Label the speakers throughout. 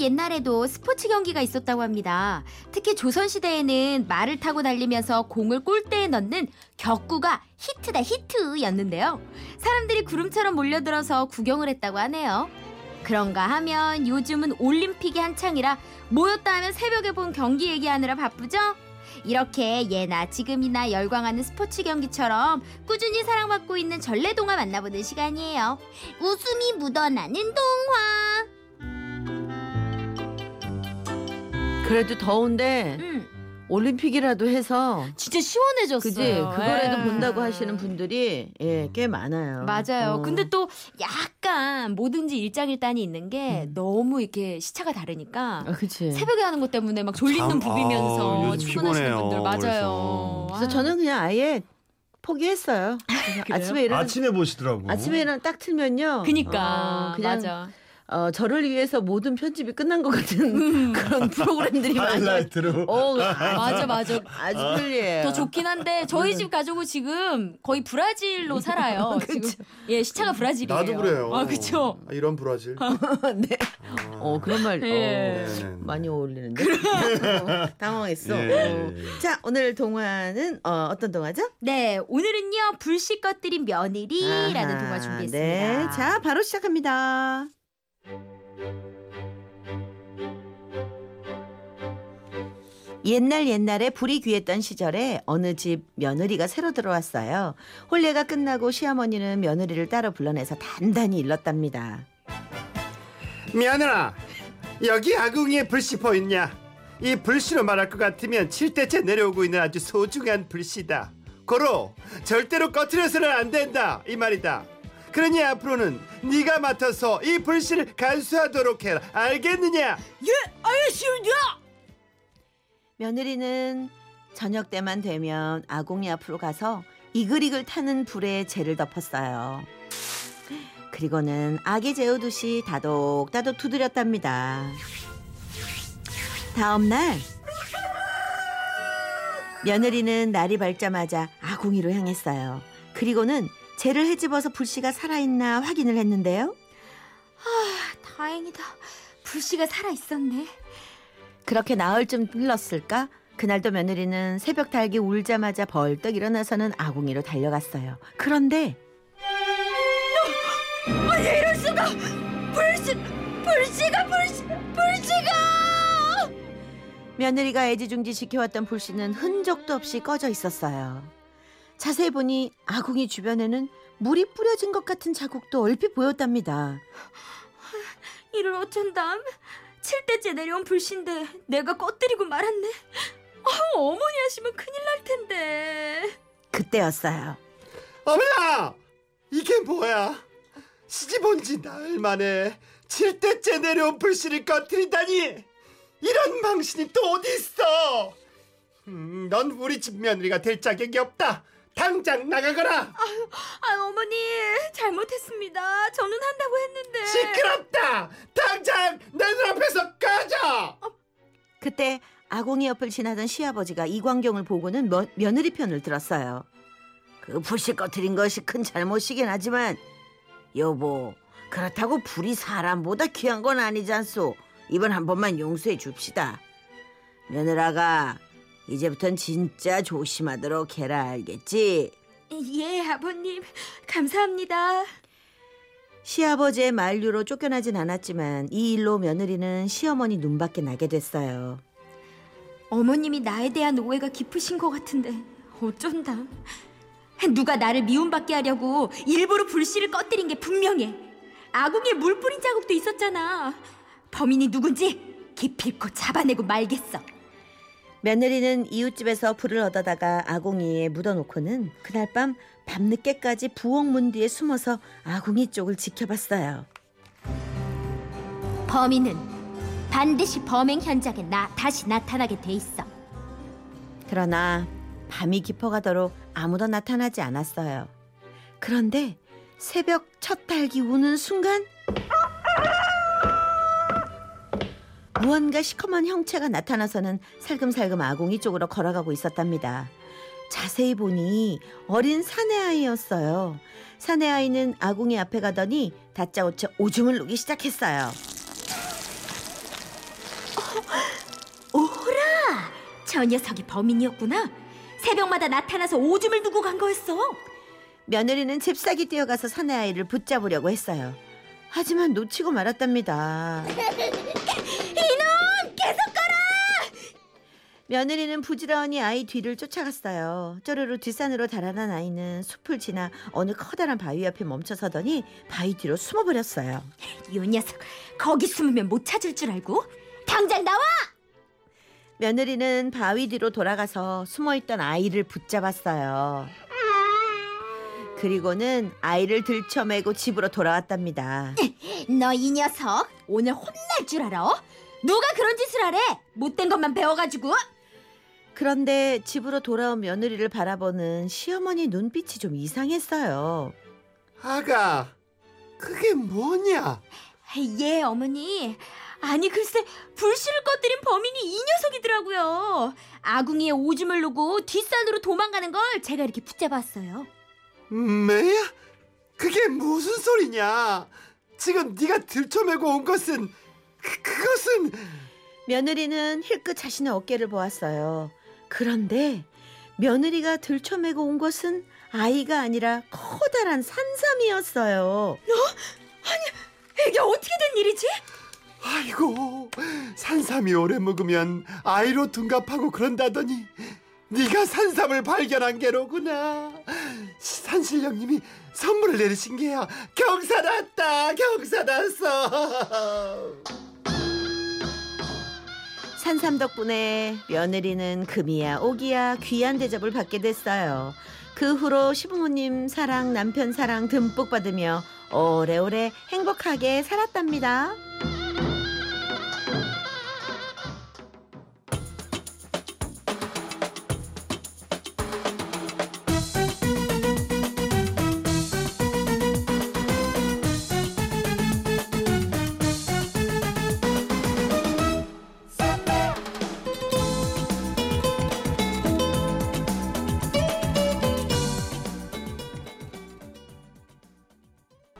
Speaker 1: 옛날에도 스포츠 경기가 있었다고 합니다. 특히 조선시대에는 말을 타고 달리면서 공을 골대에 넣는 격구가 히트다 히트였는데요. 사람들이 구름처럼 몰려들어서 구경을 했다고 하네요. 그런가 하면 요즘은 올림픽이 한창이라 모였다 하면 새벽에 본 경기 얘기하느라 바쁘죠? 이렇게 예나 지금이나 열광하는 스포츠 경기처럼 꾸준히 사랑받고 있는 전래동화 만나보는 시간이에요. 웃음이 묻어나는 동화.
Speaker 2: 그래도 더운데
Speaker 1: 음.
Speaker 2: 올림픽이라도 해서
Speaker 3: 진짜 시원해졌어요.
Speaker 2: 그지 그거라도
Speaker 3: 예.
Speaker 2: 본다고 하시는 분들이 예,
Speaker 4: 음.
Speaker 2: 꽤 많아요.
Speaker 1: 네. 맞아요.
Speaker 2: 어.
Speaker 1: 근데 또 약간 뭐든지 일장일단이 있는 게
Speaker 2: 음.
Speaker 1: 너무 이렇게 시차가 다르니까
Speaker 2: 아, 그치.
Speaker 1: 새벽에 하는 것 때문에 막 졸린 눈
Speaker 4: 잠-
Speaker 1: 부비면서
Speaker 4: 아우, 요즘
Speaker 1: 출근하시는
Speaker 4: 피곤해요.
Speaker 1: 분들 맞아요.
Speaker 4: 그래서.
Speaker 2: 그래서
Speaker 1: 아유.
Speaker 2: 저는 그냥 아예 포기했어요. 아침에 일어나
Speaker 4: 아침에 뭐? 보시더라고.
Speaker 2: 아침에 일어나 딱 틀면요.
Speaker 1: 그니까
Speaker 2: 어, 그냥
Speaker 1: 맞아.
Speaker 2: 어, 저를 위해서 모든 편집이 끝난 것 같은
Speaker 1: 음.
Speaker 2: 그런 프로그램들이 많이.
Speaker 4: 하이라이트로.
Speaker 2: 어,
Speaker 1: 맞아 맞아.
Speaker 2: 아주 편리해요.
Speaker 1: 더 좋긴 한데 저희 집 가족은 지금 거의 브라질로 살아요. 지금 예 시차가 브라질이에요.
Speaker 4: 나도 그래요.
Speaker 1: 아 그렇죠.
Speaker 4: 아, 이런 브라질. 아.
Speaker 2: 네. 어 그런 말
Speaker 1: 예.
Speaker 2: 어,
Speaker 4: 네, 네, 네.
Speaker 2: 많이 어울리는데 어, 당황했어.
Speaker 4: 예, 예, 예.
Speaker 2: 어. 자 오늘 동화는 어, 어떤 동화죠?
Speaker 1: 네 오늘은요 불씨 것들인 며느리라는
Speaker 2: 아하,
Speaker 1: 동화 준비했습니다.
Speaker 2: 네, 자 바로 시작합니다. 옛날 옛날에 불이 귀했던 시절에 어느 집 며느리가 새로 들어왔어요. 혼례가 끝나고 시어머니는 며느리를 따로 불러내서 단단히 일렀답니다.
Speaker 4: 미안해라. 여기 아궁이에 불씨퍼 있냐? 이 불씨로 말할 것 같으면 7대째 내려오고 있는 아주 소중한 불씨다. 고로 절대로 꺼트려서는 안 된다 이 말이다. 그러니 앞으로는 네가 맡아서 이 불씨를 간수하도록 해라. 알겠느냐?
Speaker 1: 예,
Speaker 2: 며느리는 저녁 때만 되면 아궁이 앞으로 가서 이글이글 타는 불에 재를 덮었어요. 그리고는 아기 재우듯이 다독다독 두드렸답니다. 다음 날 며느리는 날이 밝자마자 아궁이로 향했어요. 그리고는 재를 헤집어서 불씨가 살아있나 확인을 했는데요.
Speaker 1: 다행이다. 불씨가 살아 있었네.
Speaker 2: 그렇게 나흘쯤 흘렀을까? 그날도 며느리는 새벽 달기 울자마자 벌떡 일어나서는 아궁이로 달려갔어요. 그런데
Speaker 1: 이럴 수가 불씨 불씨가 불씨 불씨가
Speaker 2: 며느리가 애지중지 지켜왔던 불씨는 흔적도 없이 꺼져 있었어요. 자세히 보니 아궁이 주변에는 물이 뿌려진 것 같은 자국도 얼핏 보였답니다.
Speaker 1: 이를 어쩐담? 7대째 내려온 불씨인데 내가 꺼뜨리고 말았네. 아, 어머니 하시면 큰일 날 텐데.
Speaker 2: 그때였어요.
Speaker 4: 어머나! 이게 뭐야? 시집 온지 나흘 만에 7대째 내려온 불씨를 꺼뜨리다니! 이런 망신이 또 어디 있어! 음, 넌 우리 집 며느리가 될 자격이 없다! 당장 나가거라!
Speaker 1: 아, 어머니 잘못했습니다. 저는 한다고 했는데.
Speaker 4: 시끄럽다! 당장 내 눈앞에서 꺼져!
Speaker 2: 그때 아궁이 옆을 지나던 시아버지가 이 광경을 보고는 며, 며느리 편을 들었어요. 그 불씨 꺼트린 것이 큰 잘못이긴 하지만 여보 그렇다고 불이 사람보다 귀한 건 아니지 않소. 이번 한 번만 용서해 줍시다. 며느라가 이제부턴 진짜 조심하도록 해라 알겠지?
Speaker 1: 예, 아버님. 감사합니다.
Speaker 2: 시아버지의 만류로 쫓겨나진 않았지만 이 일로 며느리는 시어머니 눈밖에 나게 됐어요.
Speaker 1: 어머님이 나에 대한 오해가 깊으신 것 같은데 어쩐다. 누가 나를 미움받게 하려고 일부러 불씨를 꺼뜨린 게 분명해. 아궁이에 물 뿌린 자국도 있었잖아. 범인이 누군지 기필코 잡아내고 말겠어.
Speaker 2: 며느리는 이웃집에서 불을 얻어다가 아궁이에 묻어놓고는 그날 밤 밤늦게까지 부엌 문 뒤에 숨어서 아궁이 쪽을 지켜봤어요.
Speaker 1: 범인은 반드시 범행 현장에 나 다시 나타나게 돼 있어.
Speaker 2: 그러나 밤이 깊어가도록 아무도 나타나지 않았어요. 그런데 새벽 첫 달기 우는 순간 무언가 시커먼 형체가 나타나서는 살금살금 아궁이 쪽으로 걸어가고 있었답니다. 자세히 보니 어린 사내아이였어요. 사내아이는 아궁이 앞에 가더니 다짜고짜 오줌을 누기 시작했어요.
Speaker 1: 저 녀석이 범인이었구나. 새벽마다 나타나서 오줌을 누고 간 거였어.
Speaker 2: 며느리는 잽싸게 뛰어가서 사내아이를 붙잡으려고 했어요. 하지만 놓치고 말았답니다.
Speaker 1: 이놈 계속
Speaker 2: 며느리는 부지런히 아이 뒤를 쫓아갔어요. 쪼르르 뒷산으로 달아난 아이는 숲을 지나 어느 커다란 바위 앞에 멈춰서더니 바위 뒤로 숨어버렸어요.
Speaker 1: 요 녀석 거기 숨으면 못 찾을 줄 알고 당장 나와
Speaker 2: 며느리는 바위 뒤로 돌아가서 숨어있던 아이를 붙잡았어요. 그리고는 아이를 들쳐매고 집으로 돌아왔답니다.
Speaker 1: 너 이 녀석 오늘 혼날 줄 알아? 누가 그런 짓을 하래 못된 것만 배워가지고
Speaker 2: 그런데 집으로 돌아온 며느리를 바라보는 시어머니 눈빛이 좀 이상했어요.
Speaker 4: 아가 그게 뭐냐?
Speaker 1: 예 어머니 아니 글쎄 불씨를 꺼뜨린 범인이 이 녀석이더라고요 아궁이에 오줌을 누고 뒷산으로 도망가는 걸 제가 이렇게 붙잡았어요
Speaker 4: 매야? 그게 무슨 소리냐? 지금 네가 들쳐매고 온 것은 그, 그것은
Speaker 2: 며느리는 힐끗 자신의 어깨를 보았어요. 그런데 며느리가 들쳐매고 온 것은 아이가 아니라 커다란 산삼이었어요.
Speaker 1: 이게 어떻게 된 일이지?
Speaker 4: 아이고 산삼이 오래 먹으면 아이로 둔갑하고 그런다더니 네가 산삼을 발견한 게로구나. 산신령님이 선물을 내리신 게야. 경사났다, 경사났어.
Speaker 2: 산삼 덕분에 며느리는 금이야 오기야 귀한 대접을 받게 됐어요. 그 후로 시부모님 사랑 남편 사랑 듬뿍 받으며 오래오래 행복하게 살았답니다.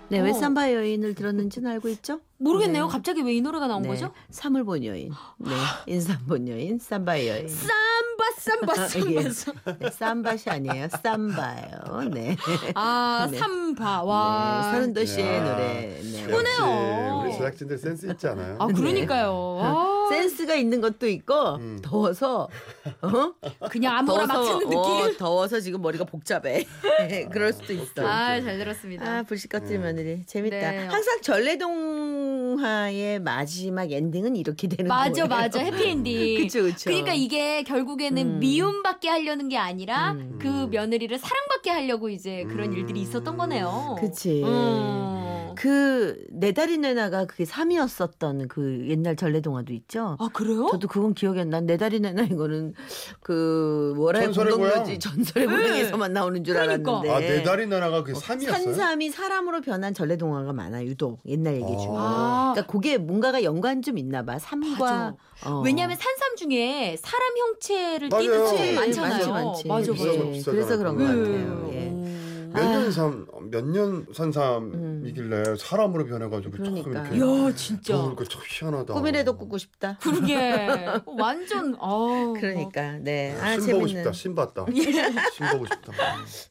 Speaker 2: 네, 왜
Speaker 1: 어.
Speaker 2: 삼바 여인을 들었는지는 알고 있죠?
Speaker 1: 모르겠네요
Speaker 2: 네.
Speaker 1: 갑자기 왜 이 노래가 나온
Speaker 2: 네,
Speaker 1: 거죠?
Speaker 2: 사물본 여인, 네, 인삼본 여인, 삼바 여인.
Speaker 1: 쌈바 쌈바 쌈바 쌈바
Speaker 2: 네, 삼바시 아니에요, 삼바요. 네.
Speaker 1: 아
Speaker 2: 네.
Speaker 1: 삼바
Speaker 2: 네,
Speaker 1: 와
Speaker 2: 서른도 씨의
Speaker 4: 야.
Speaker 2: 노래. 네.
Speaker 1: 그건- 푸네요.
Speaker 4: 우리 제작진들 센스 있지 않아요?
Speaker 1: 아 그러니까요. 아,
Speaker 2: 센스가 있는 것도 있고
Speaker 4: 음.
Speaker 2: 더워서 어?
Speaker 1: 그냥 아무거나 막
Speaker 2: 더워서,
Speaker 1: 듣는
Speaker 2: 어,
Speaker 1: 느낌.
Speaker 2: 더워서 지금 머리가 복잡해. 네, 그럴 수도 있어. 아,
Speaker 1: 아 잘 들었습니다.
Speaker 2: 불씨껍질
Speaker 4: 음.
Speaker 2: 며느리 재밌다.
Speaker 1: 네.
Speaker 2: 항상 전래동화의 마지막 엔딩은 이렇게 되는
Speaker 1: 맞아
Speaker 2: 네. 어, 거예요.
Speaker 1: 맞아 해피엔딩.
Speaker 2: 그쵸 그쵸.
Speaker 1: 그러니까 이게 결국에는
Speaker 2: 음.
Speaker 1: 미움받게 하려는 게 아니라
Speaker 2: 음.
Speaker 1: 그 며느리를 사랑받게 하려고 이제 그런
Speaker 4: 음.
Speaker 1: 일들이 있었던 거네요.
Speaker 2: 그치.
Speaker 1: 음.
Speaker 2: 그내 네 달이 내 나가 그게 3이었었던 그 옛날 전래동화도 있죠.
Speaker 1: 아 그래요?
Speaker 2: 저도 그건 기억이 안 나. 내 달이 내 나 이거는 그 월화의
Speaker 4: 전설의
Speaker 2: 공동묘지
Speaker 4: 고향.
Speaker 2: 전설의
Speaker 1: 네.
Speaker 2: 고향에서만 나오는 줄
Speaker 1: 그러니까.
Speaker 2: 알았는데.
Speaker 4: 아, 네 달이 나라가 그 3이었어요?
Speaker 2: 산삼이 사람으로 변한 전래동화가 많아 유독 옛날 얘기 중에.
Speaker 1: 아.
Speaker 2: 그러니까 그게 뭔가가 연관 좀 있나 봐.
Speaker 1: 맞아.
Speaker 2: 삶과 어.
Speaker 1: 왜냐하면 산삼 중에 사람 형체를
Speaker 4: 맞아요.
Speaker 1: 띠는
Speaker 2: 예,
Speaker 1: 게
Speaker 4: 그치,
Speaker 2: 많지,
Speaker 1: 많잖아요.
Speaker 2: 많지.
Speaker 1: 맞아 네. 맞아.
Speaker 4: 비싸고
Speaker 2: 예,
Speaker 4: 비싸잖아,
Speaker 2: 그래서 그런 것
Speaker 4: 그거.
Speaker 2: 같아요. 예.
Speaker 1: 음.
Speaker 2: 아. 음.
Speaker 4: 몇년산몇년 산삼이길래 사람으로 변해가지고 참
Speaker 2: 그러니까.
Speaker 4: 이렇게
Speaker 1: 야 진짜.
Speaker 4: 그러니까 참
Speaker 1: 어.
Speaker 4: 희한하다.
Speaker 2: 꿈이라도 꾸고 싶다.
Speaker 1: 그러게 어, 완전 어
Speaker 2: 그러니까 네. 아
Speaker 4: 신
Speaker 2: 재밌는
Speaker 4: 보고
Speaker 2: 예.
Speaker 4: 싶다. 신 봤다. 신 보고 싶다.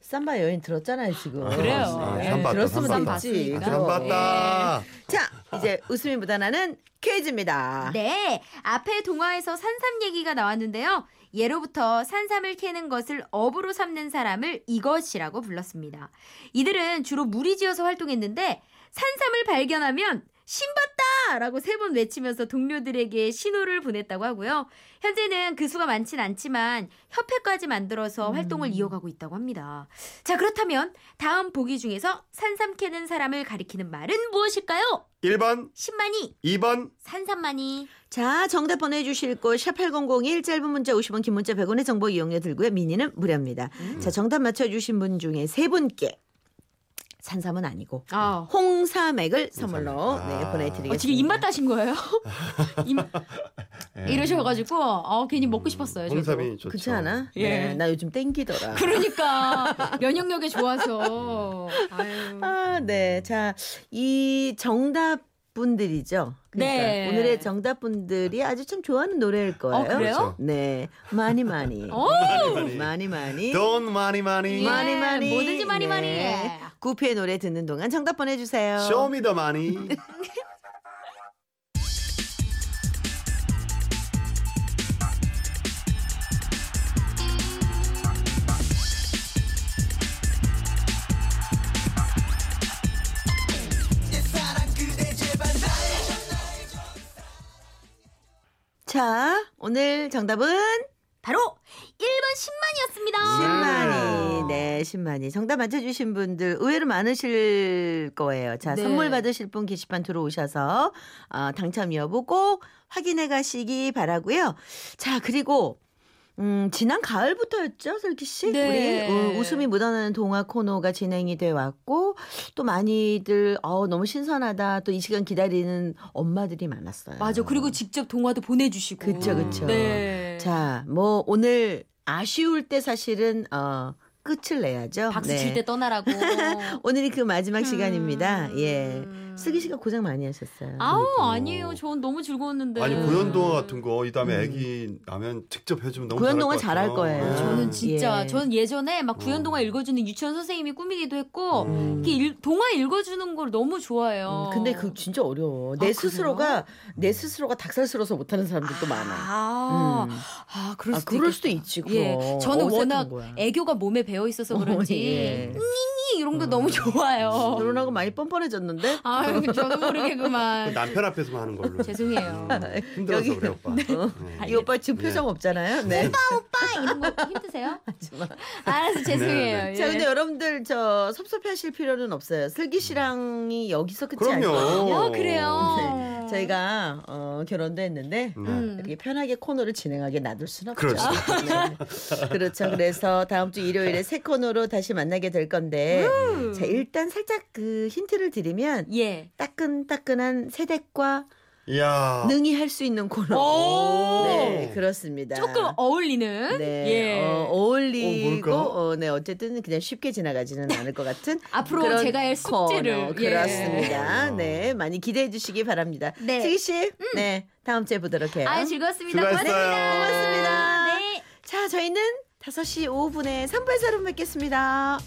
Speaker 2: 삼바 여인 들었잖아요 지금.
Speaker 4: 아,
Speaker 1: 그래요.
Speaker 4: 아,
Speaker 1: 네.
Speaker 4: 산 봤다.
Speaker 2: 들었으면
Speaker 4: 산 봤다.
Speaker 2: 됐지.
Speaker 4: 아,
Speaker 2: 그럼.
Speaker 4: 산 봤다.
Speaker 2: 자 이제 웃음이 묻어나는 퀴즈입니다.
Speaker 1: 네, 앞에 동화에서 산삼 얘기가 나왔는데요. 예로부터 산삼을 캐는 것을 업으로 삼는 사람을 이것이라고 불렀습니다. 이들은 주로 무리지어서 활동했는데 산삼을 발견하면 신봤다라고 세 번 외치면서 동료들에게 신호를 보냈다고 하고요. 현재는 그 수가 많진 않지만 협회까지 만들어서 활동을 이어가고 있다고 합니다. 자, 그렇다면 다음 보기 중에서 산삼 캐는 사람을 가리키는 말은 무엇일까요?
Speaker 4: 1번,
Speaker 1: 신만이,
Speaker 4: 2번.
Speaker 1: 산삼만이.
Speaker 2: 자 정답 보내주실 곳샵8001 짧은 문자 50원 긴 문자 100원의 정보 이용료 들고요. 미니는 무료입니다.
Speaker 4: 음.
Speaker 2: 자 정답 맞춰주신 분 중에 세 분께 산삼은 아니고
Speaker 1: 아,
Speaker 2: 홍삼액을 선물로
Speaker 4: 홍삼액.
Speaker 2: 네,
Speaker 4: 아.
Speaker 2: 보내드리겠습니다. 네.
Speaker 1: 어, 지금 입맛 따신 거예요? 입- 예. 이러셔가지고 어, 괜히
Speaker 2: 음,
Speaker 1: 먹고 싶었어요. 저도.
Speaker 4: 홍삼이 좋죠.
Speaker 2: 그렇지 않아?
Speaker 1: 예.
Speaker 2: 네, 나 요즘 땡기더라.
Speaker 1: 그러니까 면역력이 좋아서. 아유.
Speaker 2: 아, 네. 자, 이 정답 분들이죠. 그러니까
Speaker 1: 네.
Speaker 2: 오늘의 정답 분들이 아주 참 좋아하는 노래일 거예요.
Speaker 1: 어, 그래요? 어?
Speaker 2: 네, 많이 많이,
Speaker 1: 오!
Speaker 4: 많이 많이
Speaker 2: 많이 많이,
Speaker 4: 돈 많이 많이
Speaker 1: 예,
Speaker 2: 그렇죠. 많이 많이, 네.
Speaker 1: 뭐든지 많이 많이.
Speaker 2: 구피의 노래 듣는 동안 정답 보내주세요.
Speaker 4: 쇼미더 많이
Speaker 2: 자, 오늘 정답은
Speaker 1: 바로 1번 10만이었습니다. 아. 음.
Speaker 2: 10만이. 네, 10만이. 정답 맞춰주신 분들 의외로 많으실 거예요. 자,
Speaker 1: 네.
Speaker 2: 선물 받으실 분 게시판 들어오셔서 아, 당첨 여부 꼭 확인해 가시기 바라고요. 자, 그리고 음, 지난 가을부터였죠, 슬기 씨?
Speaker 1: 네.
Speaker 2: 우리 우- 웃음이 묻어나는 동화 코너가 진행이 돼 왔고 또 많이들 어, 너무 신선하다. 또 이 시간 기다리는 엄마들이 많았어요.
Speaker 1: 맞아. 그리고 직접 동화도 보내주시고.
Speaker 2: 그쵸, 그쵸.
Speaker 1: 네.
Speaker 2: 자, 뭐 오늘 아쉬울 때 사실은 어 끝을 내야죠.
Speaker 1: 박수
Speaker 2: 네.
Speaker 1: 칠 때 떠나라고.
Speaker 2: 오늘이 그 마지막 시간입니다.
Speaker 1: 음.
Speaker 2: 예. 슬기 씨가 고생 많이 하셨어요.
Speaker 1: 아우
Speaker 4: 그러니까.
Speaker 1: 아니에요. 전 너무 즐거웠는데.
Speaker 4: 아니 고연동화 같은 거 이 다음에
Speaker 2: 네. 음.
Speaker 4: 애기 나면 직접 해주면 너무
Speaker 2: 고현동은 잘할
Speaker 4: 잘할 것
Speaker 2: 거예요.
Speaker 4: 같아요. 네.
Speaker 1: 저는 진짜
Speaker 2: 예.
Speaker 1: 전 예전에 막 구연동화 읽어주는 유치원 선생님이 꿈이기도 했고
Speaker 4: 음.
Speaker 1: 이렇게 일- 동화 읽어주는 걸 너무 좋아해요.
Speaker 2: 어.
Speaker 1: 아,
Speaker 2: 음, 근데 그 진짜 어려워. 내
Speaker 1: 그래요?
Speaker 2: 스스로가 내 스스로가 닭살스러워서 못하는 사람들도 많아.
Speaker 1: 아,
Speaker 2: 음.
Speaker 1: 아 그럴
Speaker 2: 아,
Speaker 1: 수도
Speaker 2: 그럴
Speaker 1: 있겠다.
Speaker 2: 수도 있지. 그럼.
Speaker 1: 예, 저는
Speaker 2: 어색한
Speaker 1: 워낙
Speaker 2: 거야.
Speaker 1: 애교가 몸에 배어 있어서
Speaker 2: 예.
Speaker 1: 그런지 이 이런 거 너무 좋아요.
Speaker 2: 결혼하고 많이 뻔뻔해졌는데.
Speaker 1: 아, 저도 모르게 그만.
Speaker 4: 남편 앞에서만 하는 걸로
Speaker 1: 죄송해요.
Speaker 4: 힘들어서
Speaker 2: 여기-
Speaker 4: 그래 오빠 네.
Speaker 2: 이 오빠 지금 표정 없잖아요. 네.
Speaker 1: 오빠 이런 거 힘드세요?
Speaker 2: 하지만.
Speaker 1: 알아서 죄송해요.
Speaker 4: 네,
Speaker 2: 자,
Speaker 1: 예.
Speaker 2: 근데 여러분들 저 섭섭해하실 필요는 없어요. 슬기 씨랑이 여기서 끝이 아니에요.
Speaker 4: 그럼요
Speaker 1: 어, 그래요.
Speaker 2: 네, 저희가 어, 결혼도 했는데
Speaker 4: 네.
Speaker 1: 음.
Speaker 2: 이렇게 편하게 코너를 진행하게 놔둘 수는 없죠.
Speaker 4: 그렇죠.
Speaker 2: 네. 그렇죠. 그래서 다음 주 일요일에 새 코너로 다시 만나게 될 건데
Speaker 1: 음.
Speaker 2: 자 일단 살짝 그 힌트를 드리면
Speaker 1: 예.
Speaker 2: 따끈따끈한 세대과
Speaker 4: 이야
Speaker 2: 능이 할 수 있는
Speaker 1: 아. 오.
Speaker 2: 코너. 네, 그렇습니다.
Speaker 1: 조금 어울리는.
Speaker 2: 네,
Speaker 1: 예.
Speaker 2: 어,
Speaker 4: 어,
Speaker 2: 어울리고
Speaker 4: 뭘까?
Speaker 2: 어, 네 어쨌든 그냥 쉽게 지나가지는 않을 것 같은
Speaker 1: 앞으로
Speaker 2: 그런
Speaker 1: 제가 할 숙제를.
Speaker 2: 코너.
Speaker 1: 예.
Speaker 2: 어, 그렇습니다.
Speaker 4: 예.
Speaker 2: 네 많이 기대해 주시기 바랍니다.
Speaker 1: 네.
Speaker 2: 슬기 씨, 네 다음 주에 보도록 해요.
Speaker 1: 아, 즐거웠습니다.
Speaker 4: 수고했어요.
Speaker 1: 고맙습니다.
Speaker 2: 고맙습니다.
Speaker 1: 네.
Speaker 2: 자 저희는 5시 5분에 3부에서 여러분 뵙겠습니다.